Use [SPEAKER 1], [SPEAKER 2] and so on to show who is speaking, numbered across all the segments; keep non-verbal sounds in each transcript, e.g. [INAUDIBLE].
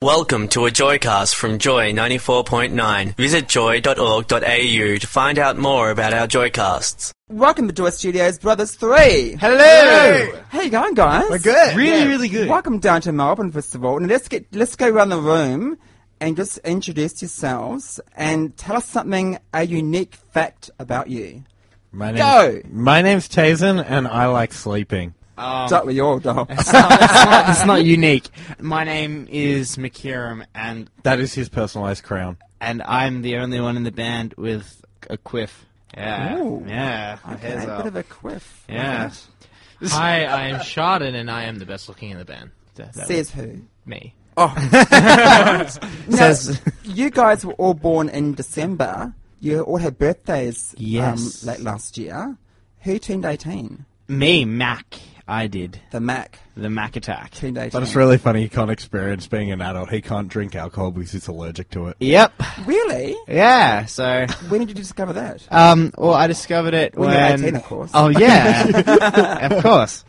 [SPEAKER 1] Welcome to a Joycast from Joy 94.9. Visit joy.org.au to find out more about our Joycasts.
[SPEAKER 2] Welcome to Joy Studios Brothers 3.
[SPEAKER 3] Hello.
[SPEAKER 2] How you going, guys?
[SPEAKER 3] We're good.
[SPEAKER 4] Really, really good.
[SPEAKER 2] Welcome down to Melbourne Festival. Now let's get let's go around the room and just introduce yourselves and tell us something a unique fact about you.
[SPEAKER 4] My
[SPEAKER 2] Go.
[SPEAKER 4] name's, my name's Tazen, and I like sleeping.
[SPEAKER 3] Um,
[SPEAKER 2] Start with your
[SPEAKER 3] [LAUGHS]
[SPEAKER 2] dog.
[SPEAKER 3] it's, not,
[SPEAKER 2] [LAUGHS]
[SPEAKER 3] it's not unique. My name is McKiram, and
[SPEAKER 4] That is his personalized crown.
[SPEAKER 3] and I'm the only one in the band with a quiff. Yeah,
[SPEAKER 2] Ooh.
[SPEAKER 3] yeah.
[SPEAKER 2] Okay,
[SPEAKER 3] Hair's
[SPEAKER 2] a
[SPEAKER 3] up.
[SPEAKER 2] bit of a quiff.
[SPEAKER 3] uh, yeah.
[SPEAKER 5] Hi, I am Shaden, and I am the best looking in the band. That, that
[SPEAKER 2] Says who?
[SPEAKER 5] was me.
[SPEAKER 2] Oh. Now,
[SPEAKER 3] [LAUGHS]
[SPEAKER 2] you guys were all born in December. You all had birthdays
[SPEAKER 3] Yes.
[SPEAKER 2] um, late last year. Who turned 18?
[SPEAKER 3] Me, Mac. I did
[SPEAKER 2] The Mac
[SPEAKER 3] the Mac attack.
[SPEAKER 2] turned 18.
[SPEAKER 4] But it's really funny. He can't experience being an adult. He can't drink alcohol because he's allergic to it.
[SPEAKER 3] Yep.
[SPEAKER 2] Really?
[SPEAKER 3] Yeah. So,
[SPEAKER 2] When did you discover that?
[SPEAKER 3] um, well, I discovered it
[SPEAKER 2] When
[SPEAKER 3] when,
[SPEAKER 2] you're 18, of course. [LAUGHS]
[SPEAKER 3] Oh yeah, of course.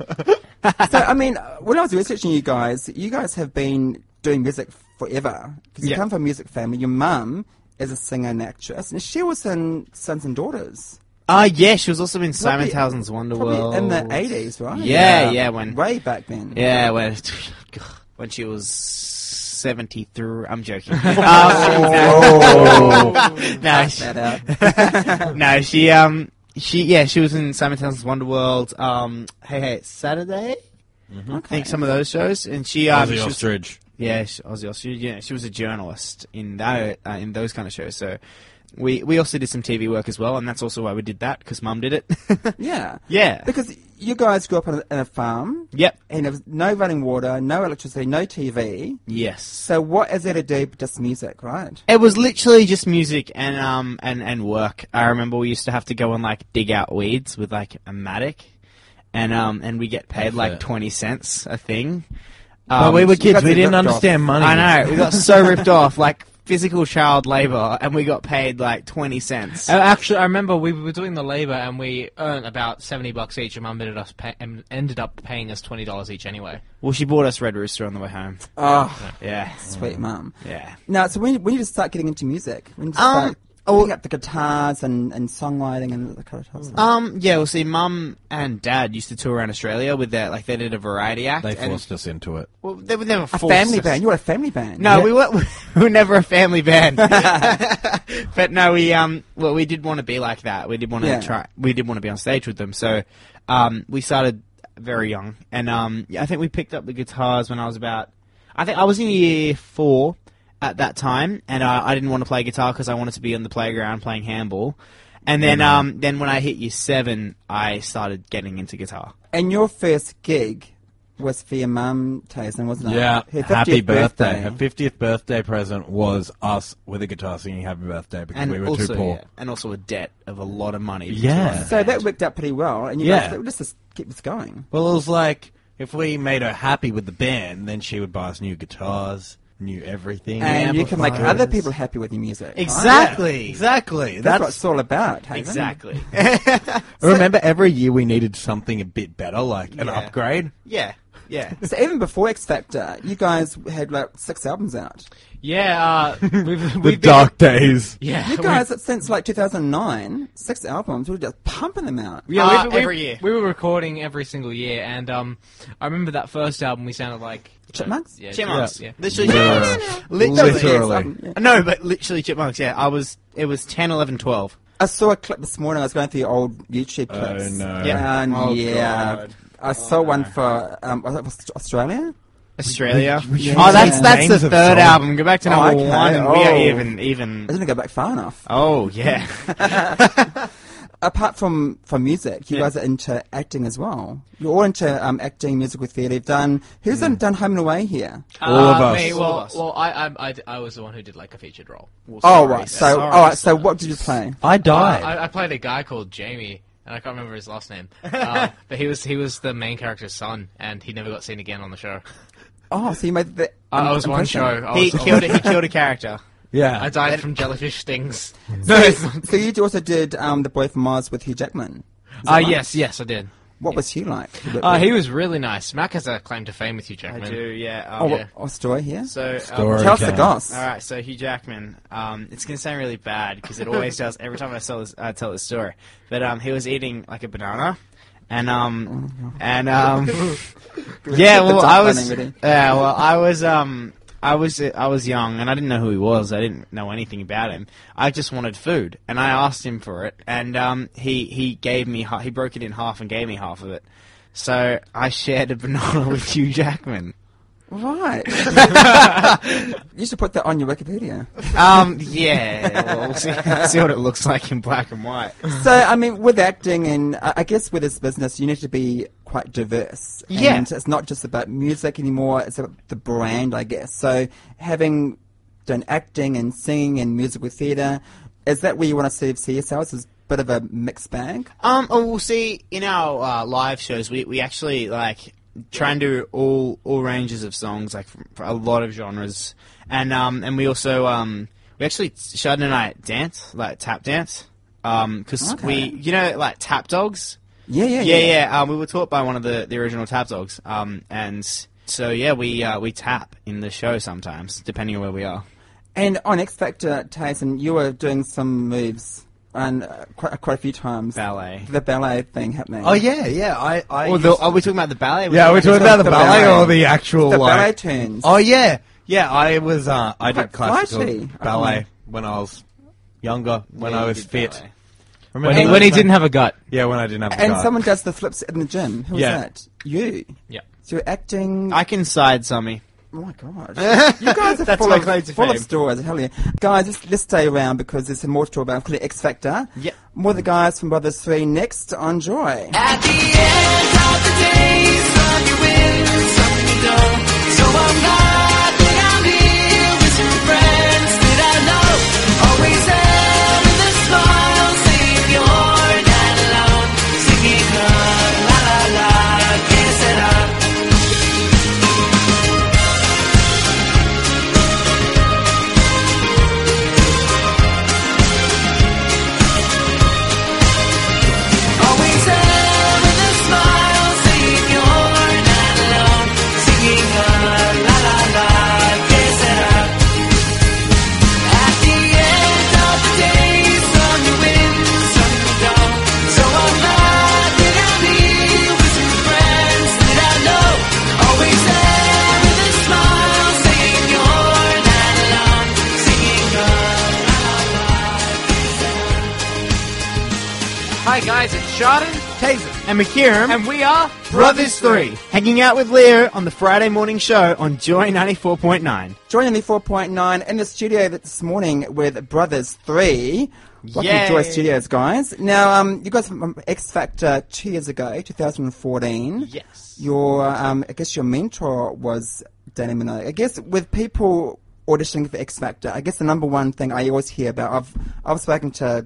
[SPEAKER 2] So, I mean, uh, when I was researching you guys, you guys have been doing music forever. 'Cause you
[SPEAKER 3] Yeah.
[SPEAKER 2] come from a music family. Your mum is a singer and actress, and she was in Sons and Daughters.
[SPEAKER 3] Ah, yeah. She was also in Simon
[SPEAKER 2] Probably-
[SPEAKER 3] Townsend's Wonderworld
[SPEAKER 2] Probably in the 80s, right?
[SPEAKER 3] Yeah, yeah, when-
[SPEAKER 2] Way back then.
[SPEAKER 3] Yeah, when, [SIGHS] when she was 73. I'm joking. Um, [LAUGHS] no,
[SPEAKER 2] That
[SPEAKER 3] [LAUGHS] she,
[SPEAKER 2] out. [LAUGHS]
[SPEAKER 3] [LAUGHS] no, she, um, she, yeah, she was in Simon Townsend's Wonderworld, um, Hey Hey, it's Saturday? I think some of those shows. And she, um, she was,
[SPEAKER 4] ostrich.
[SPEAKER 3] yeah, she, Aussie Ostrich, yeah, she was a journalist in that, uh, in those kind of shows. So we, we also did some TV work as well, and that's also why we did that, because mum did it. [LAUGHS]
[SPEAKER 2] Yeah.
[SPEAKER 3] yeah.
[SPEAKER 2] Because you guys grew up on a, in a farm.
[SPEAKER 3] Yep.
[SPEAKER 2] And there was no running water, no electricity, no TV.
[SPEAKER 3] Yes.
[SPEAKER 2] So what is there to do but just music, right?
[SPEAKER 3] It was literally just music and um and, and work. I remember we used to have to go and like dig out weeds with like a matic, and um and we get paid like
[SPEAKER 4] it.
[SPEAKER 3] twenty cents a thing.
[SPEAKER 4] but
[SPEAKER 3] Um,
[SPEAKER 4] we were
[SPEAKER 2] you guys
[SPEAKER 4] kids. We
[SPEAKER 2] are
[SPEAKER 4] didn't
[SPEAKER 2] ripped off.
[SPEAKER 4] understand money.
[SPEAKER 3] I know we got so ripped [LAUGHS] off, like physical child labor, and we got paid like twenty cents.
[SPEAKER 5] Uh, Actually, I remember we were doing the labour, and we earned about seventy bucks each. And Mum ended us pay- em- ended up paying us twenty dollars each anyway.
[SPEAKER 3] Well, she bought us Red Rooster on the way home.
[SPEAKER 2] Oh,
[SPEAKER 3] Yeah,
[SPEAKER 2] sweet mum.
[SPEAKER 3] Ah. yeah.
[SPEAKER 2] Now, so when, when did you start getting into music? When did you
[SPEAKER 3] Um,
[SPEAKER 2] start
[SPEAKER 3] oh-
[SPEAKER 2] picking up the guitars and, and songwriting and the kind of stuff?
[SPEAKER 3] Um, yeah. Well, see, Mum and Dad used to tour around Australia with their like they did a variety act.
[SPEAKER 4] They
[SPEAKER 3] and,
[SPEAKER 4] forced us into it.
[SPEAKER 3] well, they were never
[SPEAKER 2] a
[SPEAKER 3] forced
[SPEAKER 2] family
[SPEAKER 3] us.
[SPEAKER 2] band. You were a family band.
[SPEAKER 3] No, we were [LAUGHS] we were never a
[SPEAKER 4] [LAUGHS]
[SPEAKER 3] family band. [LAUGHS] but no, we um well we did want to be like that. We did want to
[SPEAKER 2] Yeah.
[SPEAKER 3] try we did want to be on stage with them. So um we started very young and um yeah, I think we picked up the guitars when I was about I think I was in year 4 at that time and uh, I didn't want to play guitar cuz I wanted to be on the playground playing handball. And then um then when I hit year 7 I started getting into guitar.
[SPEAKER 2] And your first gig was for your mum, Tazen, wasn't it? Her 50th
[SPEAKER 4] Happy birthday. Her 50th birthday present was us with a guitar singing Happy Birthday because
[SPEAKER 3] And
[SPEAKER 4] we were
[SPEAKER 3] also
[SPEAKER 4] too poor.
[SPEAKER 3] yeah, and also a debt of a lot of money.
[SPEAKER 4] Yeah.
[SPEAKER 2] So that worked out pretty well. And you
[SPEAKER 4] Yeah.
[SPEAKER 2] guys, let's just keep this going.
[SPEAKER 4] Well, it was like if we made her happy with the band, then she would buy us new guitars, new everything.
[SPEAKER 2] And you can make other
[SPEAKER 4] amplifiers.
[SPEAKER 2] people happy with your music. right?
[SPEAKER 3] Exactly.
[SPEAKER 4] Exactly.
[SPEAKER 2] That's,
[SPEAKER 4] That's,
[SPEAKER 2] what it's all about, Hazen.
[SPEAKER 3] Exactly.
[SPEAKER 4] remember every year we needed something a bit better, like an
[SPEAKER 3] Yeah.
[SPEAKER 4] upgrade.
[SPEAKER 3] Yeah, yeah.
[SPEAKER 2] So even before X Factor, you guys had like six albums out.
[SPEAKER 5] Yeah, uh, we've,
[SPEAKER 4] The
[SPEAKER 5] we've
[SPEAKER 4] dark days.
[SPEAKER 5] Been, yeah, [LAUGHS]
[SPEAKER 2] You guys, since like 2009, six albums, we were just pumping them out.
[SPEAKER 5] we, yeah,
[SPEAKER 3] Uh,
[SPEAKER 5] we- we-
[SPEAKER 3] every year.
[SPEAKER 5] we were recording every single year, and um, I remember that first album we sounded like
[SPEAKER 2] Chipmunks?
[SPEAKER 5] Yeah,
[SPEAKER 3] [LAUGHS] Chipmunks.
[SPEAKER 5] Yeah.
[SPEAKER 4] [LAUGHS]
[SPEAKER 3] Literally
[SPEAKER 4] Yeah.
[SPEAKER 3] chipmunks. Literally.
[SPEAKER 4] Literally.
[SPEAKER 2] um,
[SPEAKER 3] No, but literally chipmunks, yeah. I was, it was 10, 11, 12.
[SPEAKER 2] I saw a clip this morning. I was going through your old YouTube
[SPEAKER 4] Oh,
[SPEAKER 2] clips.
[SPEAKER 4] no.
[SPEAKER 3] Yeah.
[SPEAKER 2] And
[SPEAKER 3] Oh,
[SPEAKER 2] yeah.
[SPEAKER 3] God.
[SPEAKER 2] I saw one for um, was it Aus- Australia.
[SPEAKER 3] Australia.
[SPEAKER 2] Yeah.
[SPEAKER 3] Oh, that's
[SPEAKER 2] Yeah.
[SPEAKER 3] that's the
[SPEAKER 4] Names of
[SPEAKER 3] third
[SPEAKER 4] songs.
[SPEAKER 3] album. Go back to
[SPEAKER 2] Oh,
[SPEAKER 3] number
[SPEAKER 2] okay.
[SPEAKER 3] one, and we are
[SPEAKER 2] Oh.
[SPEAKER 3] even,
[SPEAKER 2] I
[SPEAKER 3] even.
[SPEAKER 2] didn't go back far enough.
[SPEAKER 3] Oh, yeah. [LAUGHS]
[SPEAKER 2] Apart from from music, you guys are into acting as well. You're all into um, acting, musical theatre. You've done who's done, done Home and Away here?
[SPEAKER 4] All of us.
[SPEAKER 5] Uh, Me,
[SPEAKER 4] All
[SPEAKER 5] well,
[SPEAKER 3] of us.
[SPEAKER 5] well, I, I, I, I was the one who did like a featured role.
[SPEAKER 2] oh right. So all right. So what did you play?
[SPEAKER 4] I
[SPEAKER 5] Uh,
[SPEAKER 4] died.
[SPEAKER 5] I, I played a guy called Jamie. and I can't remember his last name. Uh, but he was he was the main character's son, and he never got seen again on the show.
[SPEAKER 2] Oh, so you made the.
[SPEAKER 5] I was one show.
[SPEAKER 2] impression.
[SPEAKER 5] I
[SPEAKER 3] He
[SPEAKER 5] was, I
[SPEAKER 3] killed
[SPEAKER 5] was-
[SPEAKER 3] it. [LAUGHS] He killed a character.
[SPEAKER 4] Yeah.
[SPEAKER 5] I died from jellyfish stings.
[SPEAKER 2] So,
[SPEAKER 3] [LAUGHS]
[SPEAKER 2] [LAUGHS] so you also did um, The Boy from Mars with Hugh Jackman.
[SPEAKER 5] Ah, yes, yes, I did.
[SPEAKER 2] What was he like?
[SPEAKER 5] Uh, he was really nice. Mac has a claim to fame with you, Jackman.
[SPEAKER 3] Yeah.
[SPEAKER 2] Oh,
[SPEAKER 3] oh,
[SPEAKER 2] what- oh, story here?
[SPEAKER 3] So um,
[SPEAKER 4] Story.
[SPEAKER 2] Tell us the
[SPEAKER 4] Okay.
[SPEAKER 2] goss.
[SPEAKER 3] All right, so Hugh Jackman. Um, it's gonna sound really bad because it always does. Every time I tell this, I tell this story. But um, he was eating like a banana, and um,
[SPEAKER 2] [LAUGHS]
[SPEAKER 3] and um, yeah.
[SPEAKER 2] Get the
[SPEAKER 3] Well,
[SPEAKER 2] top
[SPEAKER 3] I was.
[SPEAKER 2] running, really.
[SPEAKER 3] Yeah. Well, I was. Um, I was. I was young, and I didn't know who he was. I didn't know anything about him. I just wanted food, and I asked him for it, and um, he he gave me. ha- He broke it in half and gave me half of it. So I shared a banana [LAUGHS] with Hugh Jackman.
[SPEAKER 2] Right. you should put that on your Wikipedia.
[SPEAKER 3] Um, yeah, well, we'll [LAUGHS] see, see what it looks like in black and white.
[SPEAKER 2] So, I mean, with acting and I I guess with this business, you need to be quite diverse.
[SPEAKER 3] Yeah.
[SPEAKER 2] And it's not just about music anymore, it's about the brand, I guess. So, having done acting and singing and musical theatre, is that where you want to sort of see yourselves as a bit of a mixed bag?
[SPEAKER 3] Um, oh, we'll see. In our uh, live shows, we, we actually like try and do all all ranges of songs, like from, for a lot of genres, and um, and we also um, we actually Sheldon and I dance like tap dance, um, because
[SPEAKER 2] Okay.
[SPEAKER 3] we you know like tap dogs.
[SPEAKER 2] Yeah, yeah,
[SPEAKER 3] yeah, yeah. Um, we were taught by one of the, the original tap dogs. Um, and so yeah, we uh, we tap in the show sometimes, depending on where we are.
[SPEAKER 2] And on X Factor, Tyson, you were doing some moves and uh, quite, quite a few times.
[SPEAKER 3] Ballet.
[SPEAKER 2] The ballet thing happening.
[SPEAKER 4] oh yeah, yeah. I. I
[SPEAKER 3] Or the,
[SPEAKER 4] used-
[SPEAKER 3] are we talking about the ballet?
[SPEAKER 4] yeah, we're talking about the
[SPEAKER 2] the
[SPEAKER 4] ballet
[SPEAKER 2] ballet.
[SPEAKER 4] or the actual
[SPEAKER 2] The
[SPEAKER 4] like-
[SPEAKER 2] ballet turns.
[SPEAKER 4] Oh yeah, yeah. I was. Uh, I did
[SPEAKER 2] Quite
[SPEAKER 4] classical
[SPEAKER 2] flashy.
[SPEAKER 4] ballet when I was younger. When
[SPEAKER 3] Yeah,
[SPEAKER 4] I
[SPEAKER 3] you
[SPEAKER 4] was
[SPEAKER 3] did
[SPEAKER 4] fit.
[SPEAKER 3] ballet.
[SPEAKER 4] Remember
[SPEAKER 5] When he,
[SPEAKER 4] those
[SPEAKER 5] when he
[SPEAKER 4] days?
[SPEAKER 5] didn't have a gut.
[SPEAKER 4] Yeah, when I didn't have. a
[SPEAKER 2] and
[SPEAKER 4] guard.
[SPEAKER 2] someone does the flips in the gym. Who's
[SPEAKER 4] Yeah.
[SPEAKER 2] that? You.
[SPEAKER 5] Yep.
[SPEAKER 2] So you're acting.
[SPEAKER 3] I can side summy.
[SPEAKER 2] Oh my god.
[SPEAKER 3] [LAUGHS]
[SPEAKER 2] You guys are
[SPEAKER 3] That's
[SPEAKER 2] full,
[SPEAKER 3] my
[SPEAKER 2] of,
[SPEAKER 3] claim to
[SPEAKER 2] full of
[SPEAKER 3] fame.
[SPEAKER 2] stories, hell yeah. Guys, let's, let's stay around because there's some more to talk about, including X Factor.
[SPEAKER 3] Yep.
[SPEAKER 2] More the guys from Brothers 3 next on Joy.
[SPEAKER 6] At the end of the day, some you win, some you don't. So I'm glad that I'm here with some friends that I know. Always there with a smile, saying you're not alone. Singing la la la la, can't set up. Always there with a smile, saying you're not alone. Singing la la la la, can't set up. At the end of the day, some you win, some you don't. So I'm glad that I'm here with some friends that I know. Always there with a smile, saying you're not alone. Singing la la la, can't set up.
[SPEAKER 5] Hi
[SPEAKER 3] uh,
[SPEAKER 5] guys, it's Jordan,
[SPEAKER 3] Taser and McKieran
[SPEAKER 5] and we are
[SPEAKER 3] Brothers 3, hanging out with Leo on the Friday morning show on Joy 94.9.
[SPEAKER 2] Joining the 4.9 in the studio this morning with Brothers 3. Welcome
[SPEAKER 3] Yay.
[SPEAKER 2] to Joy Studios, guys. Now, um, you guys from X Factor two years ago, 2014.
[SPEAKER 3] Yes.
[SPEAKER 2] Your, um, I guess your mentor was Danny Minogue. I guess with people auditioning for X Factor, I guess the number one thing I always hear about, I've, I've spoken to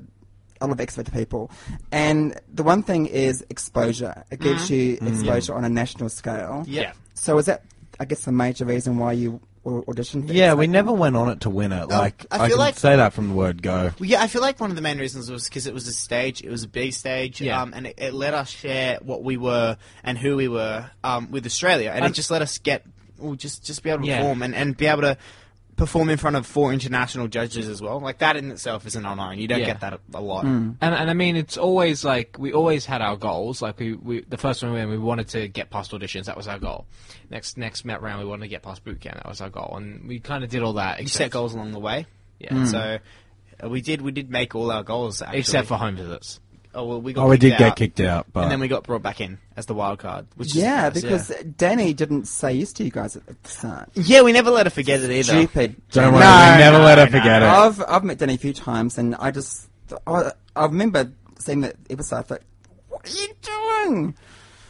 [SPEAKER 2] a lot of X Factor people, and the one thing is exposure. It gives
[SPEAKER 3] Mm-hmm.
[SPEAKER 2] you exposure on a national scale.
[SPEAKER 5] Yeah.
[SPEAKER 2] So is that, I guess, the major reason why you au- auditioned? for
[SPEAKER 4] Yeah,
[SPEAKER 2] X
[SPEAKER 4] we
[SPEAKER 2] Factor?
[SPEAKER 4] never went on it to win it. Like
[SPEAKER 3] I
[SPEAKER 4] I,
[SPEAKER 3] feel
[SPEAKER 4] can
[SPEAKER 3] like-
[SPEAKER 4] say that from the word go.
[SPEAKER 3] Well, yeah, I feel like one of the main reasons was because it was a stage, it was a big stage,
[SPEAKER 5] Yeah.
[SPEAKER 3] um, and it, it let us share what we were and who we were um, with Australia, and it just let us get, well, just, just be able to
[SPEAKER 5] Yeah.
[SPEAKER 3] perform and, and be able to perform in front of four international judges as well. Like, that in itself is an honor, and you don't
[SPEAKER 5] Yeah.
[SPEAKER 3] get that a, a lot.
[SPEAKER 5] And, and I mean, it's always like we always had our goals. Like we, we the first one we went, we wanted to get past auditions. That was our goal. Next next Met round, we wanted to get past boot camp. That was our goal, and we kind of did all that.
[SPEAKER 3] You
[SPEAKER 5] Except,
[SPEAKER 3] set goals along the way.
[SPEAKER 5] yeah,
[SPEAKER 4] Hmm.
[SPEAKER 3] So uh, we did we did make all our goals actually.
[SPEAKER 5] except for home visits.
[SPEAKER 3] oh well we got
[SPEAKER 4] Oh, we
[SPEAKER 3] kicked
[SPEAKER 4] did
[SPEAKER 3] out,
[SPEAKER 4] get kicked out, but
[SPEAKER 3] and then we got brought back in as the wild card. Which
[SPEAKER 2] Yeah,
[SPEAKER 3] is,
[SPEAKER 2] because Danny didn't say yes to you guys at the start.
[SPEAKER 3] yeah. yeah we never let her forget it either.
[SPEAKER 2] Stupid.
[SPEAKER 4] don't worry,
[SPEAKER 3] No,
[SPEAKER 4] we never
[SPEAKER 3] no,
[SPEAKER 4] let her
[SPEAKER 3] no.
[SPEAKER 4] forget it.
[SPEAKER 2] I've I've met Danny a few times, and I just I, I remember seeing that episode. I thought, what are you doing?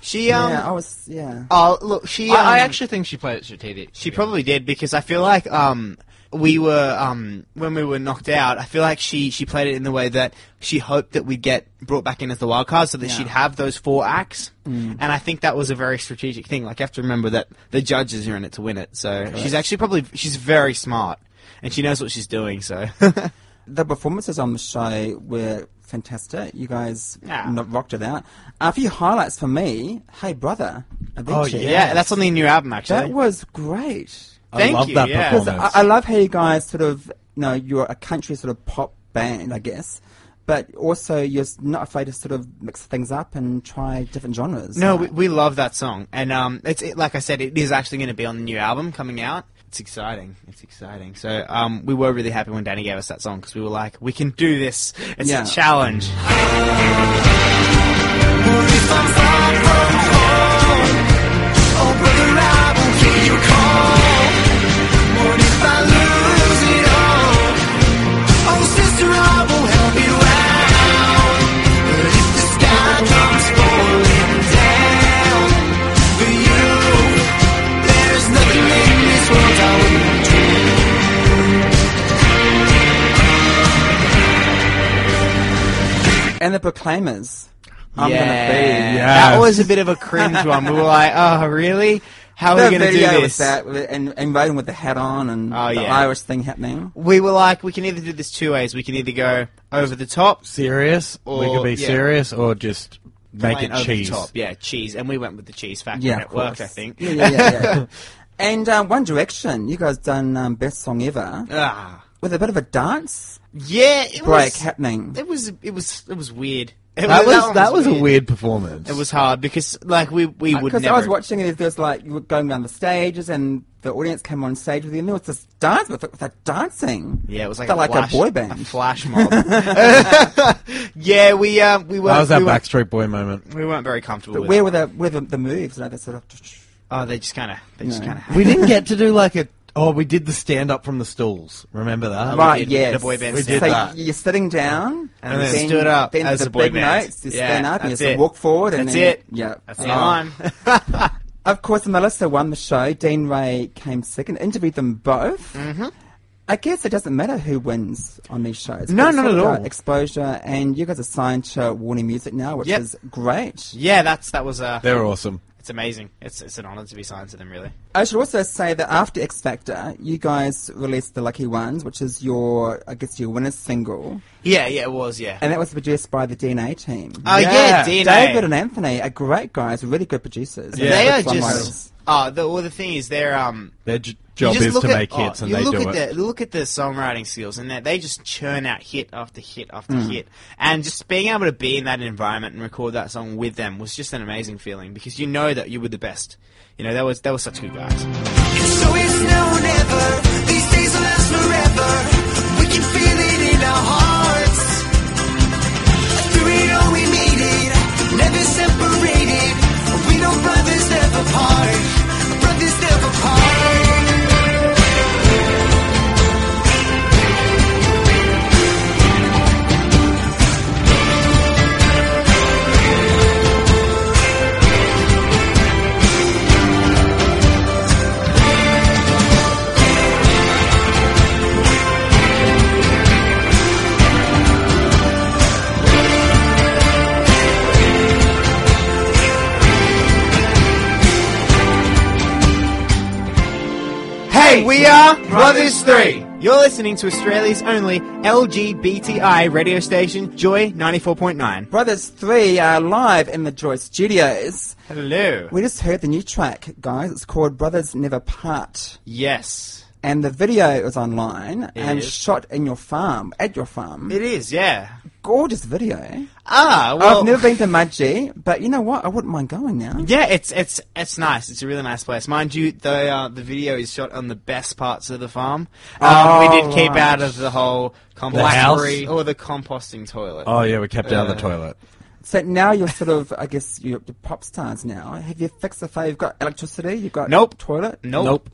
[SPEAKER 3] She um
[SPEAKER 2] yeah, I was yeah.
[SPEAKER 3] oh look she um,
[SPEAKER 5] I, I actually think she played it strategic.
[SPEAKER 3] she probably did because I feel like um we were um, when we were knocked out, I feel like she she played it in the way that she hoped that we'd get brought back in as the wild card, so that she'd have those four acts.
[SPEAKER 4] Mm.
[SPEAKER 3] And I think that was a very strategic thing. Like you have to remember that the judges are in it to win it, so she's actually probably she's very smart and she knows what she's doing. So [LAUGHS]
[SPEAKER 2] The performances on the show were fantastic. You guys
[SPEAKER 3] Yeah.
[SPEAKER 2] kno- rocked it out. A few highlights for me. Hey, brother. Avicii.
[SPEAKER 3] yeah, that's on the new album actually.
[SPEAKER 2] That was great.
[SPEAKER 3] Thank
[SPEAKER 4] I love
[SPEAKER 3] you,
[SPEAKER 4] that
[SPEAKER 3] yeah.
[SPEAKER 2] Because
[SPEAKER 4] performance.
[SPEAKER 2] I, I love how you guys sort of, you know, you're a country sort of pop band, I guess, but also you're s- not afraid to sort of mix things up and try different genres.
[SPEAKER 3] No, we, we love that song, and um, it's it, like I said, it is actually going to be on the new album coming out. It's exciting. It's exciting. So um, we were really happy when Danny gave us that song because we were like, we can do this. It's
[SPEAKER 2] Yeah.
[SPEAKER 3] a challenge.
[SPEAKER 6] Oh,
[SPEAKER 2] And the Proclaimers. I'm
[SPEAKER 3] yeah,
[SPEAKER 2] gonna be.
[SPEAKER 3] that was a bit of a cringe one. We were like, oh, really? How are
[SPEAKER 2] The
[SPEAKER 3] we going to
[SPEAKER 2] video
[SPEAKER 3] do
[SPEAKER 2] with
[SPEAKER 3] this?
[SPEAKER 2] that, with- and and Raiden with the hat on and
[SPEAKER 3] Oh,
[SPEAKER 2] the
[SPEAKER 3] yeah.
[SPEAKER 2] Irish thing happening.
[SPEAKER 3] We were like, we can either do this two ways. We can either go over the top,
[SPEAKER 4] serious. we
[SPEAKER 3] Or-
[SPEAKER 4] could be
[SPEAKER 3] yeah.
[SPEAKER 4] serious or just make
[SPEAKER 3] plain
[SPEAKER 4] it
[SPEAKER 3] over
[SPEAKER 4] cheese.
[SPEAKER 3] The top. Yeah, cheese, and we went with the cheese factor.
[SPEAKER 2] Yeah,
[SPEAKER 3] and
[SPEAKER 2] of
[SPEAKER 3] it worked, I
[SPEAKER 2] course.
[SPEAKER 3] think.
[SPEAKER 2] Yeah, yeah, yeah. yeah. and um, One Direction, you guys done um, best song ever
[SPEAKER 3] [LAUGHS] Ah.
[SPEAKER 2] with a bit of a dance
[SPEAKER 3] Yeah, it
[SPEAKER 2] break
[SPEAKER 3] was-
[SPEAKER 2] happening.
[SPEAKER 3] It was it was it was weird. It
[SPEAKER 4] That was
[SPEAKER 3] one
[SPEAKER 4] that was a weird performance.
[SPEAKER 3] It was hard because like we we would
[SPEAKER 2] Because
[SPEAKER 3] never.
[SPEAKER 2] I was watching it, there was like you were going around the stages, and the audience came on stage with you, and there was this dance with, with that dancing.
[SPEAKER 3] yeah, it was like
[SPEAKER 2] Felt
[SPEAKER 3] a,
[SPEAKER 2] like
[SPEAKER 3] flash,
[SPEAKER 2] a boy band. [LAUGHS]
[SPEAKER 3] a flash mob. [LAUGHS] yeah, we um we were.
[SPEAKER 4] that was that
[SPEAKER 3] we weren't,
[SPEAKER 4] Backstreet Boy moment.
[SPEAKER 3] we weren't very comfortable.
[SPEAKER 2] but
[SPEAKER 3] with
[SPEAKER 2] where
[SPEAKER 3] it.
[SPEAKER 2] were the where the, the moves? Like that sort of.
[SPEAKER 3] Oh, they just kind of they just
[SPEAKER 2] No. [LAUGHS]
[SPEAKER 3] kind
[SPEAKER 4] [LAUGHS]
[SPEAKER 3] of.
[SPEAKER 4] We didn't get to do like a. Oh, we did the stand up from the stools. Remember that?
[SPEAKER 2] Right,
[SPEAKER 3] did- we
[SPEAKER 2] yes.
[SPEAKER 3] did a boy band
[SPEAKER 4] We did
[SPEAKER 2] so
[SPEAKER 4] that.
[SPEAKER 2] you're sitting down
[SPEAKER 3] And then stood up
[SPEAKER 2] Then
[SPEAKER 3] as
[SPEAKER 2] the
[SPEAKER 3] a boy
[SPEAKER 2] big
[SPEAKER 3] band.
[SPEAKER 2] notes, you
[SPEAKER 3] Yeah,
[SPEAKER 2] stand up and you
[SPEAKER 3] that's
[SPEAKER 2] sort of
[SPEAKER 3] it.
[SPEAKER 2] walk forward, and
[SPEAKER 3] That's
[SPEAKER 2] then,
[SPEAKER 3] it.
[SPEAKER 2] Yeah,
[SPEAKER 3] That's
[SPEAKER 2] Oh.
[SPEAKER 3] the line.
[SPEAKER 2] Of course, Melissa won the show. Dean Ray came second. Interviewed them both. Mm-hmm. I guess it doesn't matter who wins on these shows.
[SPEAKER 3] No,
[SPEAKER 2] It's
[SPEAKER 3] not
[SPEAKER 2] all
[SPEAKER 3] at
[SPEAKER 2] about
[SPEAKER 3] all.
[SPEAKER 2] Exposure, and you guys are signed to Warner Music now, which
[SPEAKER 3] Yep.
[SPEAKER 2] is great.
[SPEAKER 3] [LAUGHS] yeah, that's that was uh,
[SPEAKER 4] They're awesome.
[SPEAKER 3] it's amazing. It's it's an honor to be signed to them. Really,
[SPEAKER 2] I should also say that after X Factor, you guys released The Lucky Ones, which is your, I guess, your winner's single,
[SPEAKER 3] yeah, yeah, it was, yeah.
[SPEAKER 2] and that was produced by the DNA team.
[SPEAKER 3] Oh yeah, DNA.
[SPEAKER 2] David and Anthony are great guys, really good producers.
[SPEAKER 4] Yeah.
[SPEAKER 3] they
[SPEAKER 2] Good
[SPEAKER 3] are
[SPEAKER 2] songwriters.
[SPEAKER 3] just. Oh, the, well, the thing is, they're um.
[SPEAKER 4] Their j-
[SPEAKER 3] You
[SPEAKER 4] job
[SPEAKER 3] just
[SPEAKER 4] is
[SPEAKER 3] look
[SPEAKER 4] to
[SPEAKER 3] at-
[SPEAKER 4] make
[SPEAKER 3] oh,
[SPEAKER 4] hits, and
[SPEAKER 3] you
[SPEAKER 4] they
[SPEAKER 3] look
[SPEAKER 4] do
[SPEAKER 3] at
[SPEAKER 4] it.
[SPEAKER 3] The, look at the songwriting skills, and that they just churn out hit after hit after
[SPEAKER 4] Mm.
[SPEAKER 3] hit. And just being able to be in that environment and record that song with them was just an amazing feeling because you know that you were the best. You know, that was that was such good guys.
[SPEAKER 6] So it's now or never. These days will last forever. We can feel it in our hearts. Through it all, we made it. Never separated. We know brothers never part. Brothers never part.
[SPEAKER 3] Hey, we are Brothers Three. You're listening to Australia's only LGBTI radio station, Joy ninety four point nine.
[SPEAKER 2] Brothers 3 are live in the Joy Studios.
[SPEAKER 3] Hello.
[SPEAKER 2] We just heard the new track, guys. It's called Brothers Never Part.
[SPEAKER 3] Yes,
[SPEAKER 2] And the video is online and
[SPEAKER 3] is.
[SPEAKER 2] shot in your farm, at your farm.
[SPEAKER 3] it is. Yeah.
[SPEAKER 2] Gorgeous video.
[SPEAKER 3] Ah, well.
[SPEAKER 2] I've never been to Mudgee, but you know what? I wouldn't mind going now.
[SPEAKER 3] Yeah, it's it's it's nice. It's a really nice place, mind you. The uh, the video is shot on the best parts of the farm. Um, we did keep
[SPEAKER 2] right.
[SPEAKER 3] out of the whole
[SPEAKER 4] Oh, house?
[SPEAKER 3] composting or the composting toilet.
[SPEAKER 4] Oh yeah, we kept out of
[SPEAKER 3] Uh,
[SPEAKER 4] the toilet.
[SPEAKER 2] So now you're sort of, I guess, you're, you're pop stars now. Have you fixed the fire? You've got electricity, you've got
[SPEAKER 3] Nope.
[SPEAKER 2] toilet.
[SPEAKER 4] Oh,
[SPEAKER 3] nope.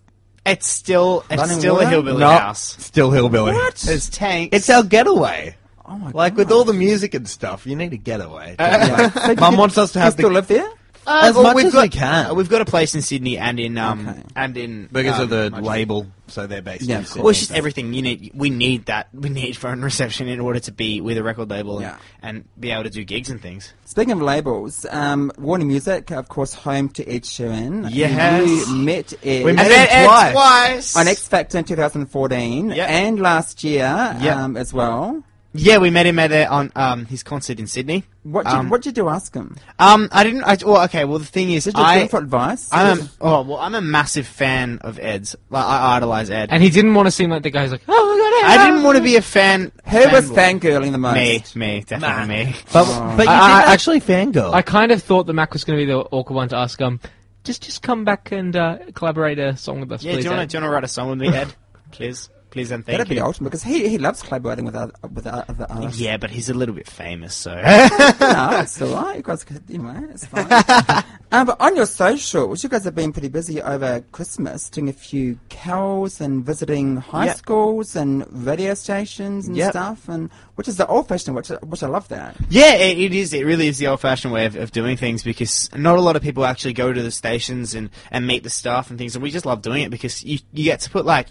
[SPEAKER 3] It's still it's
[SPEAKER 2] Running
[SPEAKER 3] still
[SPEAKER 2] water?
[SPEAKER 3] a hillbilly
[SPEAKER 4] No,
[SPEAKER 3] house.
[SPEAKER 4] still hillbilly.
[SPEAKER 3] It's tanks.
[SPEAKER 4] It's Oh. our getaway.
[SPEAKER 2] Oh my
[SPEAKER 4] Like
[SPEAKER 2] God.
[SPEAKER 4] with all the music and stuff, you need a getaway.
[SPEAKER 2] Yeah. [LAUGHS] So
[SPEAKER 4] Mum
[SPEAKER 2] you-
[SPEAKER 4] [LAUGHS] wants us to
[SPEAKER 2] you
[SPEAKER 4] have the-
[SPEAKER 2] still live there?
[SPEAKER 3] Uh,
[SPEAKER 4] As
[SPEAKER 3] well,
[SPEAKER 4] much
[SPEAKER 3] we've
[SPEAKER 4] as
[SPEAKER 3] got,
[SPEAKER 4] we can.
[SPEAKER 3] uh, We've got a place in Sydney and in um and in
[SPEAKER 4] Because
[SPEAKER 3] um,
[SPEAKER 4] of the
[SPEAKER 3] Manchester.
[SPEAKER 4] label, so they're based.
[SPEAKER 2] Yeah,
[SPEAKER 4] in
[SPEAKER 2] of course.
[SPEAKER 4] Sydney.
[SPEAKER 3] Well, it's just everything. You need. We need that. We need phone reception in order to be with a record label
[SPEAKER 2] Yeah.
[SPEAKER 3] and, and be able to do gigs and things.
[SPEAKER 2] Speaking of labels, um, Warner Music, of course, home to Ed Sheeran.
[SPEAKER 3] Yes.
[SPEAKER 2] We met Ed.
[SPEAKER 4] We met And Ed twice.
[SPEAKER 3] twice.
[SPEAKER 2] on X Factor in 2014
[SPEAKER 3] Yeah.
[SPEAKER 2] and last year
[SPEAKER 3] Yeah.
[SPEAKER 2] um, as well.
[SPEAKER 3] yeah, we met him at uh, on um, his concert in Sydney.
[SPEAKER 2] What did,
[SPEAKER 3] Um,
[SPEAKER 2] what did you ask him?
[SPEAKER 3] Um, I didn't. I, well, okay. Well, the thing is,
[SPEAKER 2] Did you ask
[SPEAKER 3] I
[SPEAKER 2] him for advice?
[SPEAKER 3] I'm a, oh well, I'm a massive fan of Ed's. Like I idolize Ed,
[SPEAKER 5] And he didn't want to seem like the guy who's like, oh my god,
[SPEAKER 3] I didn't want to be a fan.
[SPEAKER 2] Who was
[SPEAKER 3] fanboy.
[SPEAKER 2] fangirling the most?
[SPEAKER 3] Me, me, definitely me.
[SPEAKER 4] But, but you
[SPEAKER 5] I-
[SPEAKER 4] didn't
[SPEAKER 5] I-
[SPEAKER 4] actually fangirl.
[SPEAKER 5] I kind of thought that Mac was going to be the awkward one to ask. Um, just just come back and uh, collaborate a song with us.
[SPEAKER 3] Yeah, do
[SPEAKER 5] please, eh?"
[SPEAKER 3] you want
[SPEAKER 5] Ed."
[SPEAKER 3] to write a song with me, Ed? please, please, and thank
[SPEAKER 2] That'd be
[SPEAKER 3] you.
[SPEAKER 2] the ultimate because he, he loves collaborating with other, with other artists.
[SPEAKER 3] [LAUGHS] Yeah, but he's a little bit famous, so
[SPEAKER 2] no, it's all right. You guys, could- you know, it's
[SPEAKER 3] [LAUGHS]
[SPEAKER 2] fine. um, but on your socials, you guys have been pretty busy over Christmas, doing a few carols and visiting high
[SPEAKER 3] Yep.
[SPEAKER 2] schools and radio stations and
[SPEAKER 3] Yep.
[SPEAKER 2] stuff, and which is the old-fashioned, which which I love that.
[SPEAKER 3] yeah, it, it is. It really is the old-fashioned way of, of doing things because not a lot of people actually go to the stations and, and meet the staff and things. And we just love doing it because you you get to put like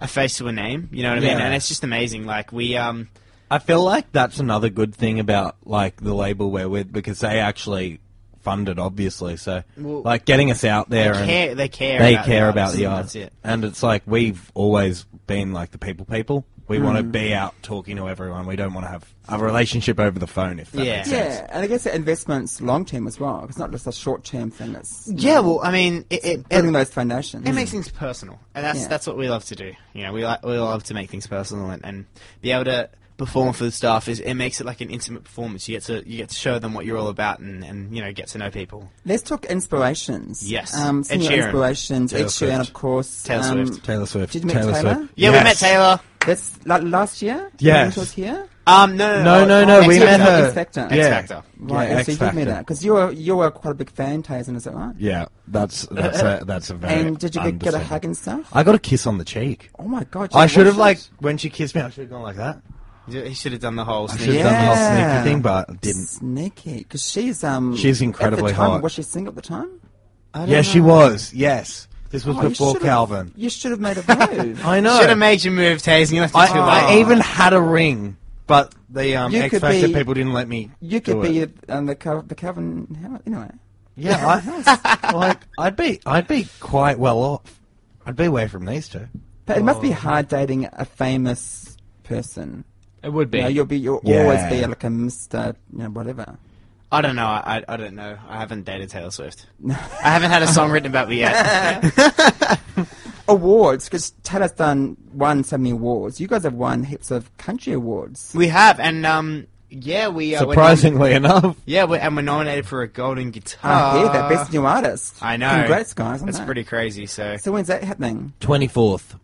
[SPEAKER 3] a face to a name. You know what I mean?
[SPEAKER 4] Yeah.
[SPEAKER 3] And it's just amazing. Like we um
[SPEAKER 4] I feel like that's another good thing about like the label we're with because they actually fund it, obviously. So
[SPEAKER 3] Well,
[SPEAKER 4] like getting us out there
[SPEAKER 3] they
[SPEAKER 4] and
[SPEAKER 3] care they care
[SPEAKER 4] they
[SPEAKER 3] about
[SPEAKER 4] care
[SPEAKER 3] the
[SPEAKER 4] about
[SPEAKER 3] artists
[SPEAKER 4] the
[SPEAKER 3] and
[SPEAKER 4] arts.
[SPEAKER 3] That's it.
[SPEAKER 4] And it's like we've always been like the people people. We
[SPEAKER 3] Mm.
[SPEAKER 4] want to be out talking to everyone. We don't want to have a relationship over the phone. If that
[SPEAKER 3] Yeah.
[SPEAKER 4] makes sense.
[SPEAKER 2] Yeah, and I guess the investments long-term as well. It's not just a short-term thing. It's
[SPEAKER 3] Yeah, well, I mean, it, it,
[SPEAKER 2] building
[SPEAKER 3] it,
[SPEAKER 2] those foundations.
[SPEAKER 3] it makes things personal, and that's
[SPEAKER 2] Yeah.
[SPEAKER 3] that's what we love to do. You know, we like we love to make things personal and, and be able to perform for the staff. Is it makes it like an intimate performance. You get to you get to show them what you're all about, and, and you know, get to know people.
[SPEAKER 2] Let's talk inspirations.
[SPEAKER 3] Yes.
[SPEAKER 2] Um, some
[SPEAKER 3] Ed
[SPEAKER 2] of your
[SPEAKER 3] Sheeran.
[SPEAKER 2] inspirations. Ed
[SPEAKER 4] Taylor
[SPEAKER 2] Sheeran,
[SPEAKER 4] Swift.
[SPEAKER 2] of course.
[SPEAKER 3] Taylor
[SPEAKER 2] um,
[SPEAKER 3] Swift.
[SPEAKER 4] Taylor Swift.
[SPEAKER 2] Did you meet Taylor?
[SPEAKER 4] Taylor Swift.
[SPEAKER 3] Yeah, we
[SPEAKER 4] Yes.
[SPEAKER 3] met Taylor.
[SPEAKER 2] That's like last year?
[SPEAKER 4] Yes.
[SPEAKER 2] When she was here?
[SPEAKER 3] Um, no,
[SPEAKER 4] No, no,
[SPEAKER 3] no,
[SPEAKER 4] no.
[SPEAKER 3] X
[SPEAKER 4] we
[SPEAKER 3] Factor.
[SPEAKER 4] met her.
[SPEAKER 2] X Factor.
[SPEAKER 4] Yeah.
[SPEAKER 3] X Factor.
[SPEAKER 2] Right,
[SPEAKER 4] Yeah,
[SPEAKER 2] and so
[SPEAKER 4] X
[SPEAKER 2] you did meet
[SPEAKER 4] Factor.
[SPEAKER 2] her. Because you were, you were quite a big fan, Tazen, is that right?
[SPEAKER 4] Yeah, that's that's a that's a very.
[SPEAKER 2] And did you get, get a
[SPEAKER 4] understatement.
[SPEAKER 2] hug and stuff?
[SPEAKER 4] I got a kiss on the cheek.
[SPEAKER 2] Oh my god.
[SPEAKER 4] I
[SPEAKER 2] you
[SPEAKER 4] should have like
[SPEAKER 2] watched
[SPEAKER 4] when she kissed me. I should have gone like that.
[SPEAKER 3] He should have done the whole.
[SPEAKER 4] I
[SPEAKER 3] sneak
[SPEAKER 4] should have done the whole
[SPEAKER 2] Yeah.
[SPEAKER 4] sneaky thing, but I
[SPEAKER 2] it.
[SPEAKER 4] didn't.
[SPEAKER 2] Sneaky. Because she's, um.
[SPEAKER 4] She's incredibly
[SPEAKER 2] at the time,
[SPEAKER 4] hot.
[SPEAKER 2] Was she single at the time?
[SPEAKER 4] Yeah, she was. Yes, this was
[SPEAKER 2] Oh, you
[SPEAKER 4] before
[SPEAKER 2] should've-
[SPEAKER 4] Calvin.
[SPEAKER 2] You should have made a move.
[SPEAKER 4] [LAUGHS] I know.
[SPEAKER 3] Should have made your move, Taze, and you left it
[SPEAKER 4] I,
[SPEAKER 3] too
[SPEAKER 4] I
[SPEAKER 3] late.
[SPEAKER 4] even had a ring, but the um,
[SPEAKER 2] You
[SPEAKER 4] X
[SPEAKER 2] could
[SPEAKER 4] Factor
[SPEAKER 2] be-
[SPEAKER 4] people didn't let me.
[SPEAKER 2] you could
[SPEAKER 4] do
[SPEAKER 2] be
[SPEAKER 4] It.
[SPEAKER 2] um, the, Cal- the Calvin. How, anyway.
[SPEAKER 4] Yeah, [LAUGHS] I, like I'd be. I'd be quite well off. I'd be away from these two.
[SPEAKER 2] But it must
[SPEAKER 4] Oh,
[SPEAKER 2] be hard dating a famous person.
[SPEAKER 5] It would be.
[SPEAKER 2] You know, you'll be, you'll
[SPEAKER 4] Yeah.
[SPEAKER 2] always be like a Mr. You know, whatever.
[SPEAKER 3] I don't know. I, I, I don't know. I haven't dated
[SPEAKER 2] [LAUGHS]
[SPEAKER 3] Taylor Swift. I haven't had a song written about me yet. [LAUGHS]
[SPEAKER 2] awards because Taylor's done won so many awards. You guys have won heaps of country awards.
[SPEAKER 3] we have, and um, yeah, we uh, we're nom-
[SPEAKER 4] Surprisingly enough,
[SPEAKER 3] yeah, we're, and we're nominated for a Golden Guitar.
[SPEAKER 2] I hear that best new artist.
[SPEAKER 3] Ah. I know.
[SPEAKER 2] Congrats, guys. on
[SPEAKER 3] That's
[SPEAKER 2] that.
[SPEAKER 3] pretty crazy. So
[SPEAKER 2] So when's that happening?
[SPEAKER 4] twenty fourth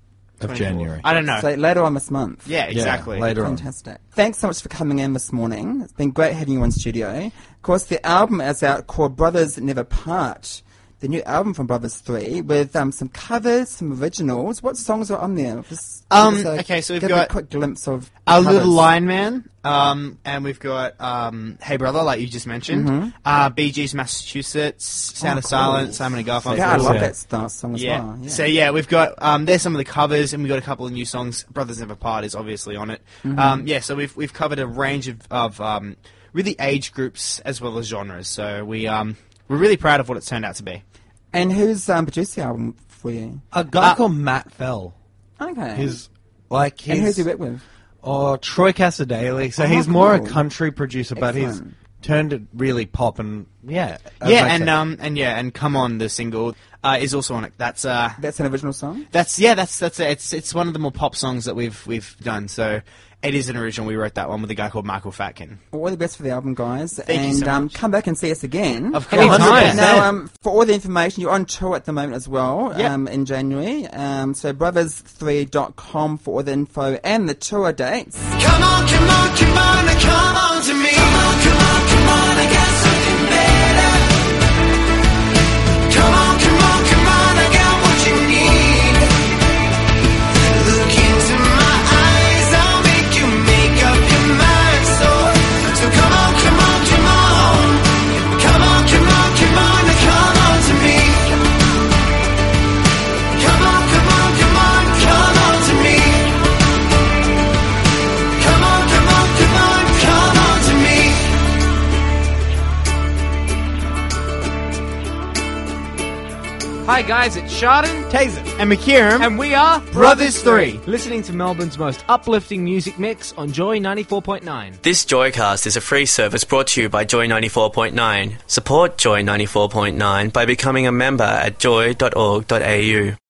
[SPEAKER 4] of January.
[SPEAKER 3] I don't know.
[SPEAKER 2] So later on this month.
[SPEAKER 3] yeah,
[SPEAKER 4] Yeah,
[SPEAKER 3] exactly.
[SPEAKER 4] later on.
[SPEAKER 2] Fantastic. Thanks so much for coming in this morning. It's been great having you in studio. Of course, the album is out called Brothers Never Part. The new album from Brothers Three with um, some covers, some originals. What songs are on there? Just give
[SPEAKER 3] Um,
[SPEAKER 2] us a-
[SPEAKER 3] okay, so we've
[SPEAKER 2] give
[SPEAKER 3] got
[SPEAKER 2] a quick glimpse of the
[SPEAKER 3] Our
[SPEAKER 2] covers.
[SPEAKER 3] Little Lion Man, um, and we've got um, Hey Brother, like you just mentioned,
[SPEAKER 2] Mm-hmm.
[SPEAKER 3] uh, Bee Gees, Massachusetts, Sound of Silence, Simon and
[SPEAKER 2] Oh,
[SPEAKER 3] Garfunkel.
[SPEAKER 2] Yeah, I love
[SPEAKER 4] Oh, Yeah.
[SPEAKER 2] that star song as
[SPEAKER 3] Yeah.
[SPEAKER 2] well.
[SPEAKER 3] So yeah, we've got um, there's some of the covers, and we've got a couple of new songs. Brothers Never Part is obviously on it. Um, yeah, so we've we've covered a range of, of um, really age groups as well as genres. So we um, we're really proud of what it's turned out to be.
[SPEAKER 2] And who's um, produced the album for you?
[SPEAKER 4] A guy called Matt Fell.
[SPEAKER 2] Okay.
[SPEAKER 4] His like his
[SPEAKER 2] and who's he worked with?
[SPEAKER 4] Oh, Troy Casadale. So
[SPEAKER 2] Oh,
[SPEAKER 4] he's more
[SPEAKER 2] cool.
[SPEAKER 4] a country producer, but
[SPEAKER 2] Excellent.
[SPEAKER 4] he's turned it really pop and yeah, as
[SPEAKER 3] yeah,
[SPEAKER 4] I
[SPEAKER 3] and
[SPEAKER 4] said.
[SPEAKER 3] um, and yeah, and Come On, the single uh, is also on it. That's uh,
[SPEAKER 2] That's an original song.
[SPEAKER 3] that's yeah, that's that's it. it's it's one of the more pop songs that we've we've done. So it is an original. We wrote that one with a guy called Michael Fatkin.
[SPEAKER 2] All the best for the album, guys.
[SPEAKER 3] you
[SPEAKER 2] and
[SPEAKER 3] so
[SPEAKER 2] um,
[SPEAKER 3] much.
[SPEAKER 2] come back and see us again.
[SPEAKER 3] Of course. Anytime.
[SPEAKER 2] Now, um, for all the information, you're on tour at the moment as well
[SPEAKER 3] Yep.
[SPEAKER 2] um, in January. Um, so brothers3.com for all the info and the tour dates.
[SPEAKER 6] Come on, come on, come on, now come on to me. Come on, come on, come on, I got something better. Come on, come on, come on, I got what you need. Look into my eyes, I'll make you make up your mind. So, so come on, come on, come on. Come on, come on, come on, now
[SPEAKER 5] Hi guys, it's Sharden,
[SPEAKER 3] Taser and McKieran.
[SPEAKER 5] and we are
[SPEAKER 3] Brothers Three.
[SPEAKER 5] listening to Melbourne's most uplifting music mix on Joy 94.9.
[SPEAKER 1] This Joycast is a free service brought to you by Joy 94.9. Support Joy 94.9 by becoming a member at joy.org.au.